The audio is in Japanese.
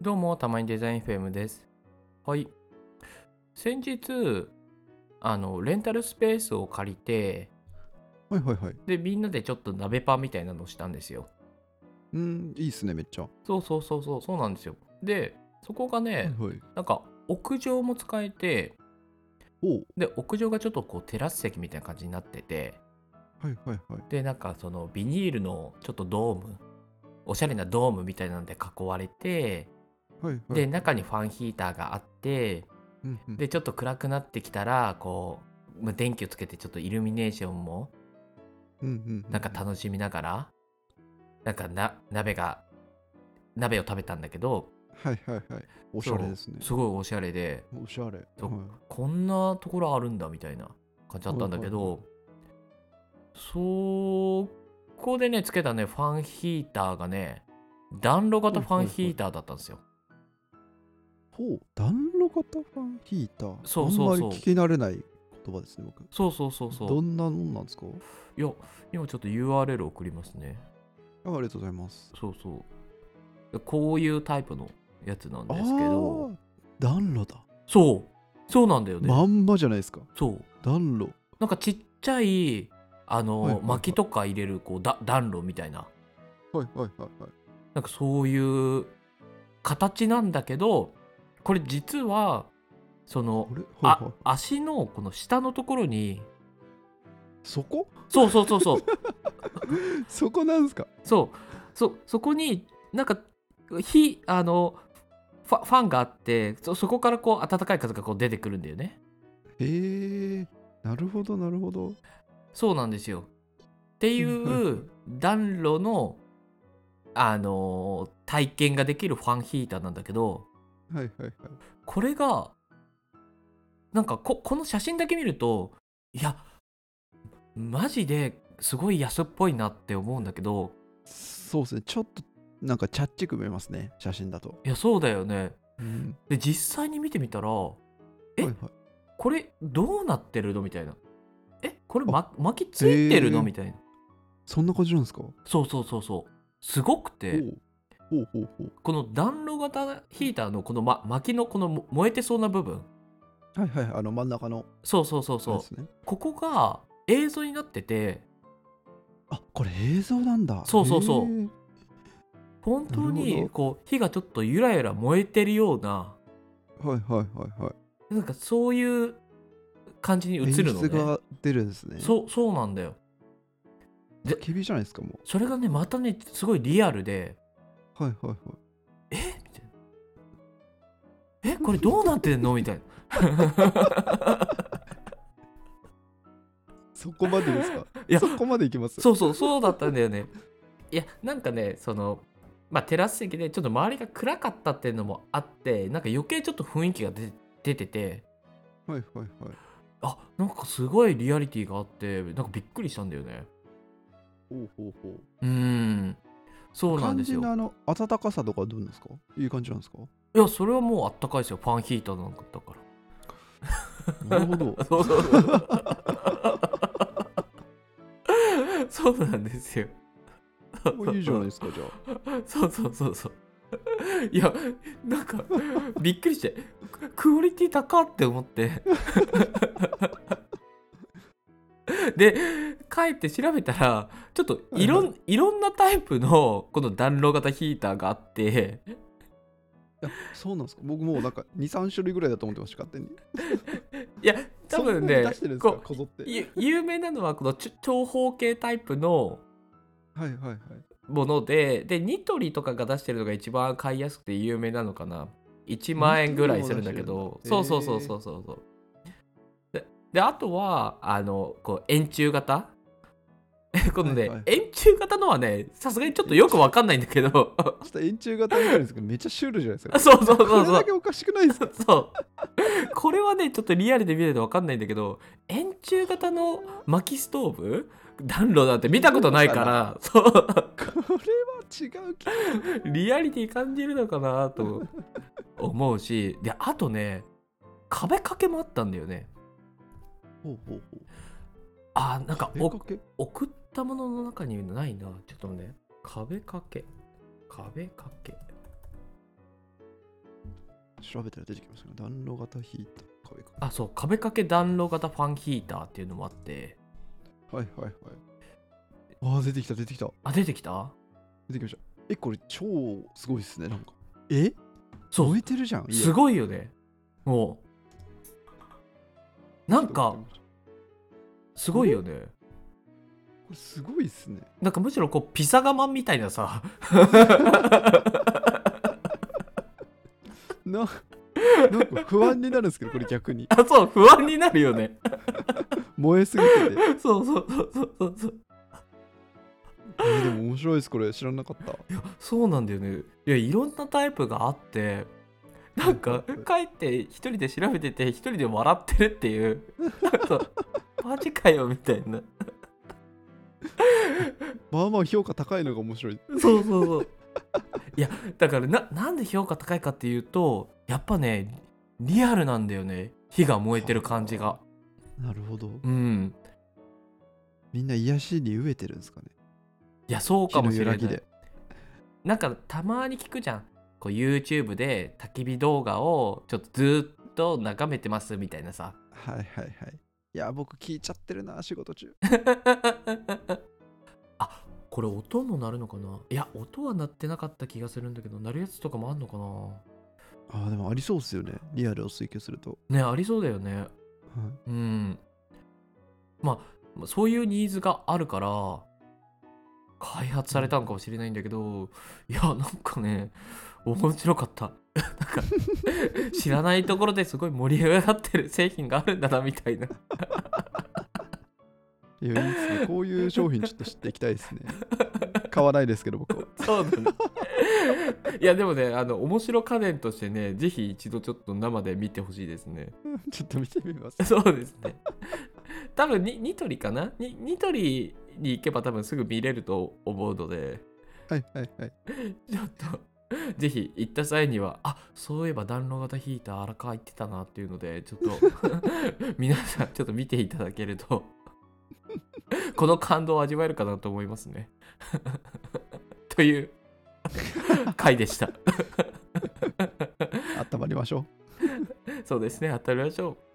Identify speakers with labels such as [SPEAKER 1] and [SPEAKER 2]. [SPEAKER 1] どうも、たまにデザイン FM です。はい。先日、あの、レンタルスペースを借りて、
[SPEAKER 2] はいはいはい。
[SPEAKER 1] で、みんなでちょっと鍋パンみたいなのをしたんですよ。
[SPEAKER 2] うん、いいっすね、めっちゃ。は
[SPEAKER 1] そうそうそうそう、そうなんですよ。で、そこが
[SPEAKER 2] い
[SPEAKER 1] ね、
[SPEAKER 2] はい。
[SPEAKER 1] なんか、屋上も使えて、
[SPEAKER 2] おう
[SPEAKER 1] で、屋上がちょっとこう、テラス席みたいな感じになってて、
[SPEAKER 2] はいはいはい。
[SPEAKER 1] で、なんか、その、ビニールのちょっとドーム、おしゃれなドームみたいなんで囲われて、
[SPEAKER 2] はいはい。
[SPEAKER 1] で、中にファンヒーターがあって、
[SPEAKER 2] うんうん、
[SPEAKER 1] でちょっと暗くなってきたらこうまあ電気をつけてちょっとイルミネーションも
[SPEAKER 2] うんうんう
[SPEAKER 1] なんか楽しみながらなんかな鍋が鍋を食べたんだけど
[SPEAKER 2] はいはいはい。おしゃれですね。
[SPEAKER 1] すごいおしゃれで
[SPEAKER 2] おしゃれ。
[SPEAKER 1] そ
[SPEAKER 2] は
[SPEAKER 1] う
[SPEAKER 2] い
[SPEAKER 1] こんなところあるんだみたいな感じだったんだけどそこでねつけたねファンヒーターがね暖炉型ファンヒーターだったんですよ。
[SPEAKER 2] ほう、暖炉型ファンヒーター。
[SPEAKER 1] そうそうそう
[SPEAKER 2] あんまり聞き慣れない言葉ですね、僕。
[SPEAKER 1] そうそうそうそ
[SPEAKER 2] ど
[SPEAKER 1] うん
[SPEAKER 2] なもんなんですか
[SPEAKER 1] いや今ちょっと URL 送りますね。
[SPEAKER 2] あありがとうございます。
[SPEAKER 1] そうそう。こういうタイプのやつなん
[SPEAKER 2] あ
[SPEAKER 1] ですけど。
[SPEAKER 2] ー暖炉だ。
[SPEAKER 1] そう。そうなんだよね。
[SPEAKER 2] まんまじゃないですか。
[SPEAKER 1] そう。
[SPEAKER 2] 暖炉。
[SPEAKER 1] なんかちっちゃい、あの、
[SPEAKER 2] はいはいはい
[SPEAKER 1] 薪とか入れるこうだ暖炉みたいな。
[SPEAKER 2] はいはいはいはい。
[SPEAKER 1] なんかそういう形なんだけど、これ実は、その
[SPEAKER 2] こ、れはいは
[SPEAKER 1] あ
[SPEAKER 2] い。
[SPEAKER 1] 足のこの下のところに、
[SPEAKER 2] そこ
[SPEAKER 1] そうそうそうそう、
[SPEAKER 2] そこなんですか
[SPEAKER 1] そう、そ、そこになんか、火、あの、ファファンがあってそそこからこう暖かい風がこう出てくるんだよね。
[SPEAKER 2] へえ。なるほどなるほど。
[SPEAKER 1] そうなんですよ。ってい
[SPEAKER 2] はいはいう
[SPEAKER 1] 暖炉の、あのー体験ができるファンヒーターなんだけど
[SPEAKER 2] はいはいはい。
[SPEAKER 1] これがなんかここの写真だけ見るといやマジですごい安っぽいなって思うんだけど
[SPEAKER 2] そうですね。ちょっとなんかチャッチく見えますね、写真だと。
[SPEAKER 1] いやそうだよね。
[SPEAKER 2] うん、
[SPEAKER 1] で実際に見てみたらこえ
[SPEAKER 2] はいはい
[SPEAKER 1] れどうなってるのみたいな。えこれ、ま、巻きついてるの
[SPEAKER 2] へー
[SPEAKER 1] みたいな。
[SPEAKER 2] そんな感じなんですかほ
[SPEAKER 1] そうそうそうそう。すごくて。
[SPEAKER 2] うほうほうほう。
[SPEAKER 1] この暖炉型ヒーターのこの、ま、薪のこのも燃えてそうな部分
[SPEAKER 2] はいはい、あの真ん中の
[SPEAKER 1] そうそうそう
[SPEAKER 2] や
[SPEAKER 1] そ
[SPEAKER 2] つね。
[SPEAKER 1] うここが映像になってて
[SPEAKER 2] あこれ映像なんだ。
[SPEAKER 1] そうそうそう
[SPEAKER 2] へー
[SPEAKER 1] 本当
[SPEAKER 2] なるほ
[SPEAKER 1] に
[SPEAKER 2] ど
[SPEAKER 1] こう火がちょっとゆらゆら燃えてるような
[SPEAKER 2] はいはいはいはい。
[SPEAKER 1] なんかそういう感じに映るの
[SPEAKER 2] 演出
[SPEAKER 1] ね
[SPEAKER 2] が出るんですね。
[SPEAKER 1] そうそうなんだよで
[SPEAKER 2] 焚き火じゃないですか、も
[SPEAKER 1] それがねまたねすごいリアルで
[SPEAKER 2] う。はいはいはい。
[SPEAKER 1] えみたいなえこれどうなってんのみ たいな
[SPEAKER 2] そこまでですか
[SPEAKER 1] いや
[SPEAKER 2] そこまでいきます
[SPEAKER 1] そうそうそうだったんだよね。いやなんかねそのまあテラス席でちょっと周りが暗かったっていうのもあってなんか余計ちょっと雰囲気が出出てて
[SPEAKER 2] はいはいはい。
[SPEAKER 1] あなんかすごいリアリティがあってなんかびっくりしたんだよね。
[SPEAKER 2] ほうほうほ
[SPEAKER 1] う
[SPEAKER 2] う。
[SPEAKER 1] ーんそうなん
[SPEAKER 2] 感
[SPEAKER 1] です
[SPEAKER 2] じ
[SPEAKER 1] よ。
[SPEAKER 2] のあの暖かさとかどうなんですかいい感じなんですか
[SPEAKER 1] いやそれはもうあったかいですよファンヒーターなんかだか
[SPEAKER 2] なる ほど。
[SPEAKER 1] ら。そうそうそう そうなんですよ。
[SPEAKER 2] おいいじゃないですか、じゃあ。
[SPEAKER 1] そうそうそうそう。 いや、なんか、びっくりして、ククオリティ高って思って。 で、帰って調べたら、ちょっといろん,、、
[SPEAKER 2] はい
[SPEAKER 1] ろんなタイプのこの暖炉型ヒーターがあって、
[SPEAKER 2] いやそうなんですか僕もうなんか23種類ぐらいだと思ってました勝手に
[SPEAKER 1] いや、多分
[SPEAKER 2] そんなに
[SPEAKER 1] ね
[SPEAKER 2] 出してるん、ですか
[SPEAKER 1] こ
[SPEAKER 2] こぞって
[SPEAKER 1] うゆ有名なのはこのちょ長方形タイプの
[SPEAKER 2] はいはいはい
[SPEAKER 1] もので、で、ニトリとかが出してるのが一番買いやすくて有名なのかな。1万円ぐらいするんだけど、
[SPEAKER 2] ニトリ
[SPEAKER 1] そ
[SPEAKER 2] も
[SPEAKER 1] う
[SPEAKER 2] 出して
[SPEAKER 1] そ
[SPEAKER 2] る
[SPEAKER 1] うんそうそうそ
[SPEAKER 2] だ
[SPEAKER 1] うそう。で、であとは、あの、こう、円柱型 このね、
[SPEAKER 2] はいはい
[SPEAKER 1] 円柱型のはね、さすがにちょっとよくわかんないんだけど、
[SPEAKER 2] ちょっと円柱型みたいですけどめっちゃシュールじゃないですか
[SPEAKER 1] そう そうそう
[SPEAKER 2] これ
[SPEAKER 1] そ
[SPEAKER 2] だ
[SPEAKER 1] う
[SPEAKER 2] け。おかしくないですか
[SPEAKER 1] そう。これはね、ちょっとリアルで見るとわかんないんだけど、円柱型の薪ストーブ暖炉なんて見たことない から、そう。
[SPEAKER 2] これは違う気が
[SPEAKER 1] リアリティ感じるのかなと思うしであとね壁掛けもあったんだよね
[SPEAKER 2] ほうほうほう
[SPEAKER 1] あーなんか
[SPEAKER 2] 壁
[SPEAKER 1] お
[SPEAKER 2] 掛け
[SPEAKER 1] 送ったものの中にないなちょっとね壁掛け壁掛け
[SPEAKER 2] 調べたら出てきましたね。暖炉型ヒーター壁か。
[SPEAKER 1] あそう壁掛け暖炉型ファンヒーターっていうのもあって
[SPEAKER 2] はいはいはい。ああ、出てきた出てきた。
[SPEAKER 1] あ出てきた
[SPEAKER 2] 出てきました。え、これ超すごいですね、なんか。え
[SPEAKER 1] そう
[SPEAKER 2] 燃えてるじゃん。
[SPEAKER 1] す
[SPEAKER 2] ご
[SPEAKER 1] ごいよねもうなんかすごいよね
[SPEAKER 2] これすごいですね。
[SPEAKER 1] なんかむしろこうピザ窯みたいなさ
[SPEAKER 2] ななんか不安になるんですけど、これ逆に。
[SPEAKER 1] あそう不安になるよね
[SPEAKER 2] 燃えすぎてて。
[SPEAKER 1] そうそうそうそうそうそう
[SPEAKER 2] えーでも面白いです、これ。知らなかった。
[SPEAKER 1] いやそうなんだよねいやいろんなタイプがあってなんか
[SPEAKER 2] うん
[SPEAKER 1] 帰って一人で調べてて一人で笑ってるっていう そうマジかよみたいな
[SPEAKER 2] まあまあ評価高いのが面白い。
[SPEAKER 1] そうそうそういやだからななんで評価高いかっていうとやっぱねリアルなんだよね火が燃えてる感じが
[SPEAKER 2] なるほど。
[SPEAKER 1] うん
[SPEAKER 2] みんな癒しに飢えてるんですかね。
[SPEAKER 1] いやそうかもしれな
[SPEAKER 2] 火の揺らぎ
[SPEAKER 1] い
[SPEAKER 2] で。
[SPEAKER 1] なんかたまに聞くじゃんこう YouTube で焚き火動画をちょっとずーっと眺めてますみたいなさ
[SPEAKER 2] はいはいはい。いや、僕聞いちゃってるな、仕事中。
[SPEAKER 1] あこれ音も鳴るのかないや音は鳴ってなかった気がするんだけど鳴るやつとかもあんのか
[SPEAKER 2] ああ、でもありそうですよね。リアルを追求すると。
[SPEAKER 1] なねありそうだよね
[SPEAKER 2] はい
[SPEAKER 1] うんまあそういうニーズがあるから開発されたのかもしれないんだけどいやなんかね面白かった なんか知らないところですごい盛り上がってる製品があるんだなみたいない
[SPEAKER 2] や、いい ですね。こういう商品ちょっと知っていきたいですね。買わないですけど、僕は。
[SPEAKER 1] そうだねいやでもねあの面白家電としてねぜひ一度ちょっと生で見てほしいですね
[SPEAKER 2] ちょっと見てみます。
[SPEAKER 1] そうですね。多分にニトリかなにニトリに行けば多分すぐ見れると思うので、
[SPEAKER 2] はいはいはい。
[SPEAKER 1] ちょっと、ぜひ行った際には、あそういえば暖炉型ヒーター荒川行ってたなっていうので、ちょっと 皆さんちょっと見ていただけると、この感動を味わえるかなと思いますね。という回でした。
[SPEAKER 2] 温まりましょう。
[SPEAKER 1] そうですね、当たりましょう。